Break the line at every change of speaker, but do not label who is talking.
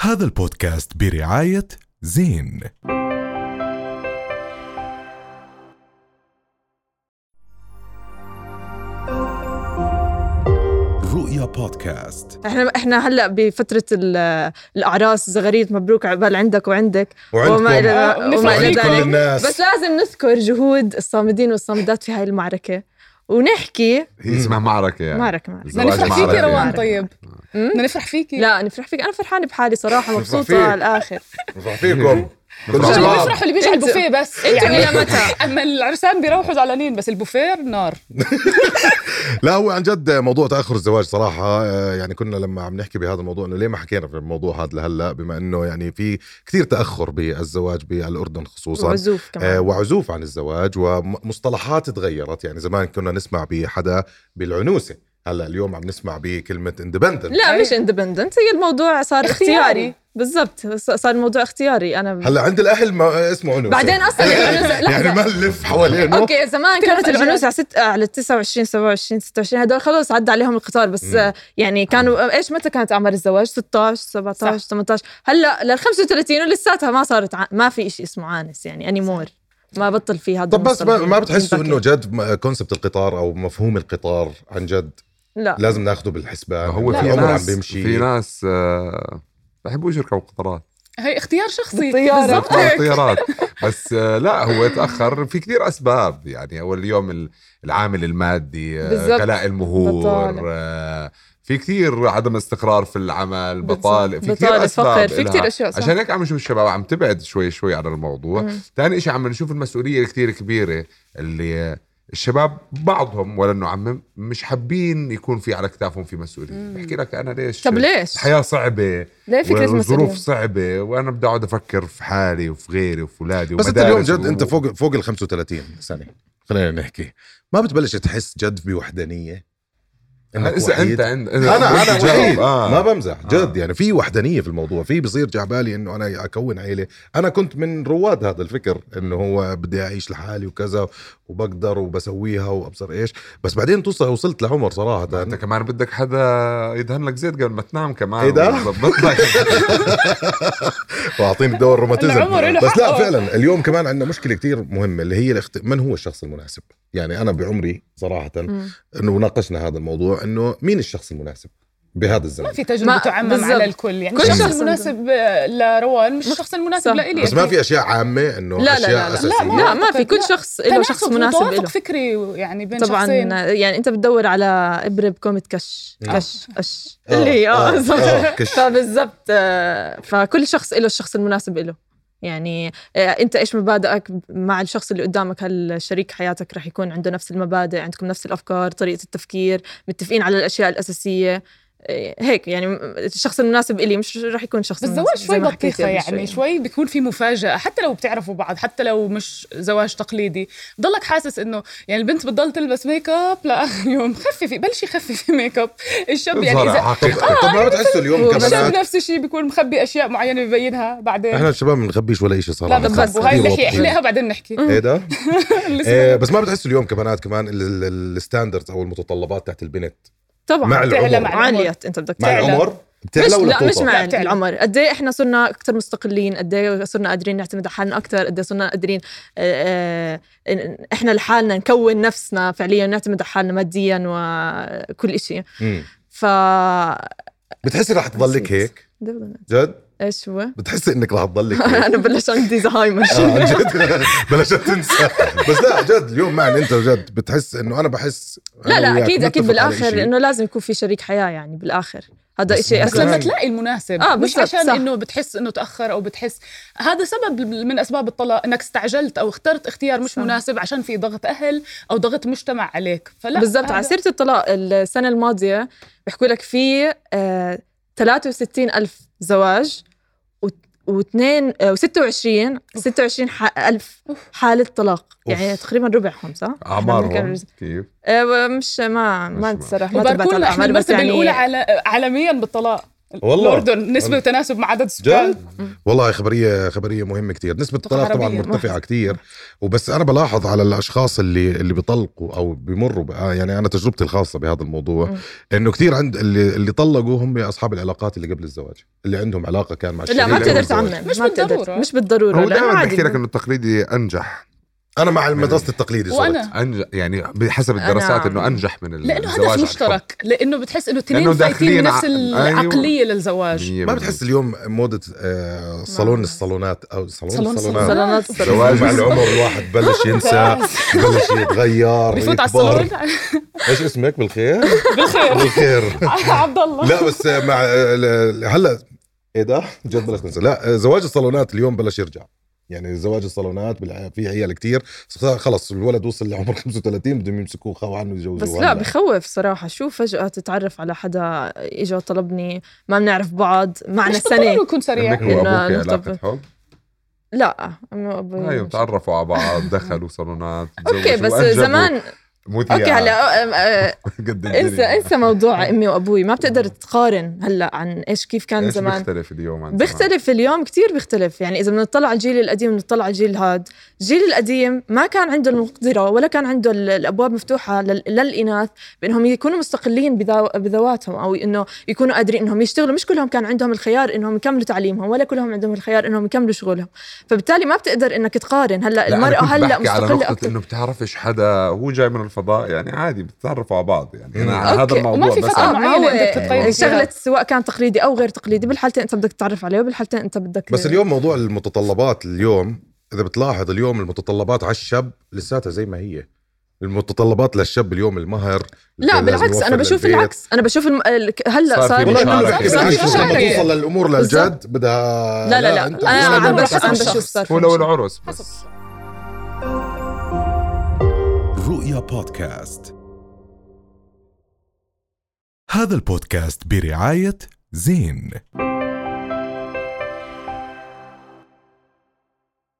هذا البودكاست برعاية زين رؤيا بودكاست
احنا احنا هلا بفتره ال- الاعراس زغاريد مبروك عقبال عندك وعندك وما
وعندكم
الى
آه،
وما الى
وعند كل
ذلك بس
الناس
لازم نذكر جهود الصامدين والصامدات في هاي المعركه ونحكي
هي اسمها معركة يعني
معركه معركه
زين.
م?
زواج مع
بدنا نفرح فيكي
عربي.
روان طيب
م?
بدنا نفرح فيكي
لا نفرح فيك انا فرحانه بحالي صراحه
نفرح
مبسوطه
فيك.
على الاخر
نفرح فيكم
كل
كل
شباب.
شباب بيفرحوا اللي بيجي على
انتوا-
البوفيه بس
انتوا
يعني-
الى متى
اما العرسان بيروحوا زعلانين بس البوفيه نار
لا هو عن جد موضوع تاخر الزواج صراحه آه، يعني كنا لما عم نحكي بهذا الموضوع انه ليه ما حكينا في الموضوع هذا لهلا بما انه يعني في كثير تاخر بالزواج بالاردن خصوصا
وعزوف
آه،
كمان
وعزوف عن الزواج ومصطلحات تغيرت يعني زمان كنا نسمع بحدا بالعنوسه هلا اليوم عم نسمع بكلمه اندبندنت
لا
أي.
مش اندبندنت هي الموضوع صار
اختياري.
اختياري بالضبط صار الموضوع اختياري انا
هلا عند الاهل ما اسمه عنوسه
بعدين اصلا العنوسة-
يعني
لحظة.
ما نلف حوالينه
اوكي زمان
اختلاف
كانت
أجيال.
العنوسه على ست آه، على 29 27 26 هدول خلص عدى عليهم القطار بس
مم.
آه، يعني كانوا آه، ايش متى كانت اعمار الزواج 16 17 18 هلا لل 35 ولساتها ما صارت ع... ما في شيء اسمه عانس يعني اني مور ما بطل في هذا
طب بس ما,
المصطلح.
ما بتحسوا
بكي.
انه جد كونسبت القطار او مفهوم القطار عن جد
لا
لازم ناخده بالحسبان
هو
لا،
في
العمر
ناس
عم بيمشي
في ناس آه، بحبوش يركبوا قطارات
هي اختيار شخصي
بالطيارة.
بالضبط
يركبوا
هيك
طيارات بس آه، لا هو تاخر في كثير اسباب يعني اول يوم ال- العامل المادي آه،
بالزبط.
غلاء المهور
بطالة.
آه، في كثير عدم استقرار في العمل
بالزبط.
بطاله في
بطالة،
كثير اسباب
فقر، في
إلها.
كتير أشياء، صح.
عشان هيك عم نشوف الشباب عم تبعد شوي شوي عن الموضوع
مم.
ثاني شيء عم نشوف المسؤوليه الكثير كبيره اللي آه، الشباب بعضهم ولا انه عم مش حابين يكون في على كتافهم في مسؤوليه
مم.
بحكي لك انا ليش
طب ليش؟
الحياه صعبه
ليه فكره مسؤوليه؟
والظروف صعبه وانا بدي اقعد افكر في حالي وفي غيري وفي اولادي
بس انت اليوم
ومدارس
جد
و-
انت فوق فوق ال 35 سنه خلينا نحكي ما بتبلش تحس جد بوحدانيه
أنا إذا
وحيد؟
انت عند
انا انا
بدي أجاوب.
وحيد
آه.
ما بمزح
آه.
جد يعني في وحدانيه في الموضوع في بصير جعبالي انه انا اكون عيله انا كنت من رواد هذا الفكر انه هو بدي اعيش لحالي وكذا وبقدر وبسويها وابصر ايش بس بعدين توصل وصلت لعمر صراحه
انت كمان بدك حدا يدهن لك زيت قبل ما تنام كمان يعني
إيه ده؟
ويظبط لك
واعطيني الدور الروماتيزم
العمر إله
بس لا
حقه.
فعلا اليوم كمان عندنا مشكله كتير مهمه اللي هي الاخت... من هو الشخص المناسب يعني انا بعمري صراحه
مم.
انه ناقشنا هذا الموضوع انه مين الشخص المناسب بهذا
ما
الزمن
في
ما-
تجربه تعمم
بالضبط.
على الكل يعني
كل
الشخص
شخص
المناسب آه، لروان مش الشخص
صح.
المناسب لإلي
بس ما في اشياء عامه انه
لا لا
اشياء
لا لا
اساسيه
لا
ما
لا ما في
أعتقد.
كل
لا.
شخص له شخص
تناقض
مناسب
وتوافق
له
فكري يعني بين
طبعا
شخصين
يعني انت بتدور على ابره بكم تكش
آه.
كش كش
آه،
اللي هي
آه،
اه
آه، كش.
فبالضبط آه، فكل شخص له الشخص المناسب له يعني آه، انت ايش مبادئك مع الشخص اللي قدامك هل شريك حياتك رح يكون عنده نفس المبادئ عندكم نفس الافكار طريقه التفكير متفقين على الاشياء الاساسيه آه، هيك يعني الشخص المناسب إلي مش رح يكون شخص
بس
مناسب
الزواج
زي
شوي
ما حكيت
بطيخه
قبل
يعني شوي بيكون في مفاجاه حتى لو بتعرفوا بعض حتى لو مش زواج تقليدي بضلك حاسس انه يعني البنت بتضل تلبس ميك اب لاخر يوم خففي بلشي خففي ميك اب الشاب يعني
تظهر
اذا
آه،
حقيقتك
طب ما بتحسوا اليوم
الشاب
كمان
نفس الشيء بيكون مخبي اشياء معينه ببينها بعدين
احنا الشباب ما بنخبيش ولا شيء
لا
صراحه
بس
بس
وهي
كتير
اللي
واضحين.
احلقها بعدين نحكي
ايه ده
لسه
إيه بس ما بتحسوا اليوم كمان كمان الستاندردز او المتطلبات تحت البنت
طبعا
مع العمر
تعلى مع العمر.
عالية انت بدك
مع
تعلى.
تعلى.
العمر
مش
بتعلى ولا
لا مش
بتوطى؟
مع
لا، بتعلم.
العمر قد ايه احنا صرنا اكثر مستقلين قد ايه صرنا قادرين نعتمد على حالنا اكثر قد ايه صرنا قادرين آه، آه، احنا لحالنا نكون نفسنا فعليا نعتمد على حالنا ماديا وكل شيء
مم.
ف
بتحسي رح تضلك هيك جد
ايش هو؟
بتحسي انك رح تضلك هيك
انا بلش عندي زهايمر
آه، عن جد بلشت تنسى بس لا جد اليوم معنا انت وجد بتحس انه انا بحس
لا
أنا
لا
وياك
اكيد
نتفق
اكيد
على
بالاخر
إشي.
انه لازم يكون في شريك حياه يعني بالاخر هذا
بس
شيء
بس
ممكن
اساسي
لما
كمان.
تلاقي المناسب
آه،
آه مش
بالضبط،
عشان
صح.
انه بتحس انه تاخر او بتحس هذا سبب من اسباب الطلاق انك استعجلت او اخترت اختيار مش
صح.
مناسب عشان في ضغط اهل او ضغط مجتمع عليك فلا
بالضبط على
هذا-
سيره الطلاق السنه الماضيه بيحكوا لك في آه 63 الف زواج آه، و2 و26 26 ح- الف حاله طلاق يعني
أوف.
تقريبا ربعهم صح
اعمارهم كيف
آه، مش ما ما
مش-
نتصرح ما تبعت
وباركوا
على
لنا احنا
الأعمار، بس
المرتبه
يعني
الاولى على عالميا بالطلاق
والله.
الاردن نسبه
والله.
وتناسب مع عدد السكان
جد؟ والله خبريه خبريه مهمه كتير نسبه الطلاق طبعا
عربية.
مرتفعه كتير وبس انا بلاحظ على الاشخاص اللي اللي بيطلقوا او بيمروا بقى يعني انا تجربتي الخاصه بهذا الموضوع
مم.
انه كتير عند اللي اللي طلقوا هم اصحاب العلاقات اللي قبل الزواج اللي عندهم علاقه كان مع
لا
الشريك
ما
قبل
بتقدر
بتقدر
الزواج.
تعمم
مش
ما بتقدر
بالضرورة.
مش بالضرورة
هو
لأنه
دائما
عادي
بحكي لك انه التقليدي انجح
انا مع المدرسه التقليدي صرت
وانا
انجح يعني بحسب الدراسات
آه. أنا-
انه انجح من ال-
لانه
الزواج عن
هدف
حب.
مشترك لانه بتحس انه
لأنه
اثنين فايتين
داخلين
نفس
ع-
أيوة.
العقليه للزواج
مية
ما
بالمية.
بتحس اليوم موضه آه صالون الصالونات او صالون
صالون
الصالونات
صالونات
زواج
مع
الصالون.
العمر الواحد بلش ينسى بلش يتغير
بفوت على
يكبر.
الصالون
ايش اسمك بالخير
بالخير
بالخير
عبد الله
لا بس مع ال- هلا ايه ده؟ جد بلاش ننسى لا زواج الصالونات اليوم بلش يرجع يعني زواج الصالونات بالع- في عيال كتير خلص الولد وصل لعمر 35 بدهم يمسكوه خو عنه يجوزوه
بس لا
هلا.
بخوف صراحة شو فجأة تتعرف على حدا اجى طلبني ما بنعرف بعض معنا
مش بالضروري
سنة
يكون سريع
امك وابوك
إنه
علاقة
نرتبط.
حب
لا أمي وأبوي
ايوه
مش-
تعرفوا على بعض دخلوا صالونات
اوكي
تزوجوا،
بس
وأنجبوا.
زمان
مثيرة.
اوكي هلا أم- أه،
قد الدنيا.
انسى انسى موضوع امي وابوي ما بتقدر تقارن هلا عن ايش كيف كان
آه. إيش
زمان
بيختلف اليوم عن زمان؟
بيختلف اليوم كتير بيختلف يعني إذا بنطلع على الجيل القديم بنطلع على الجيل هاد الجيل القديم ما كان عنده المقدرة ولا كان عنده ال- الأبواب مفتوحة لل- للإناث بأنهم يكونوا مستقلين بذو- بذواتهم أو إنه يكونوا قادرين إنهم يشتغلوا مش كلهم كان عندهم الخيار إنهم يكملوا تعليمهم ولا كلهم عندهم الخيار إنهم يكملوا شغلهم فبالتالي ما بتقدر إنك تقارن هلا
لا، أنا
المرأة
كنت
هلا
بحكي على
مستقلة
نقطة
أكتر
انه بتعرفش حدا هو جاي من الفضاء يعني عادي بتتعرفوا على بعض يعني انا على
أوكي،
هذا الموضوع
وما في
بس
فترة
اه ما هو
معينة بدك تتقيد فيها.
شغلة سواء كان تقليدي أو غير تقليدي بالحالتين أنت بدك تتعرف عليه وبالحالتين أنت بدك
بس اليوم موضوع المتطلبات اليوم اذا بتلاحظ اليوم المتطلبات على الشاب لساتها زي ما هي المتطلبات للشاب اليوم المهر
لا
لازم
بالعكس
يوفر
انا بشوف
للبيت.
العكس انا بشوف الم... ال- ك- هلا
صار
صار
في
والله
مشاركة.
كله بحكي
صار
بالعكس
في
لما
مشاركة.
توصل الامور للجد
بالظبط.
بدها
لا لا لا
أنت-
انا
ولا
عم
بدك
بحكي عم
تسمع.
بشوف صار في
هو لو
مشاركة.
العرس بس
رؤيا بودكاست هذا البودكاست برعاية زين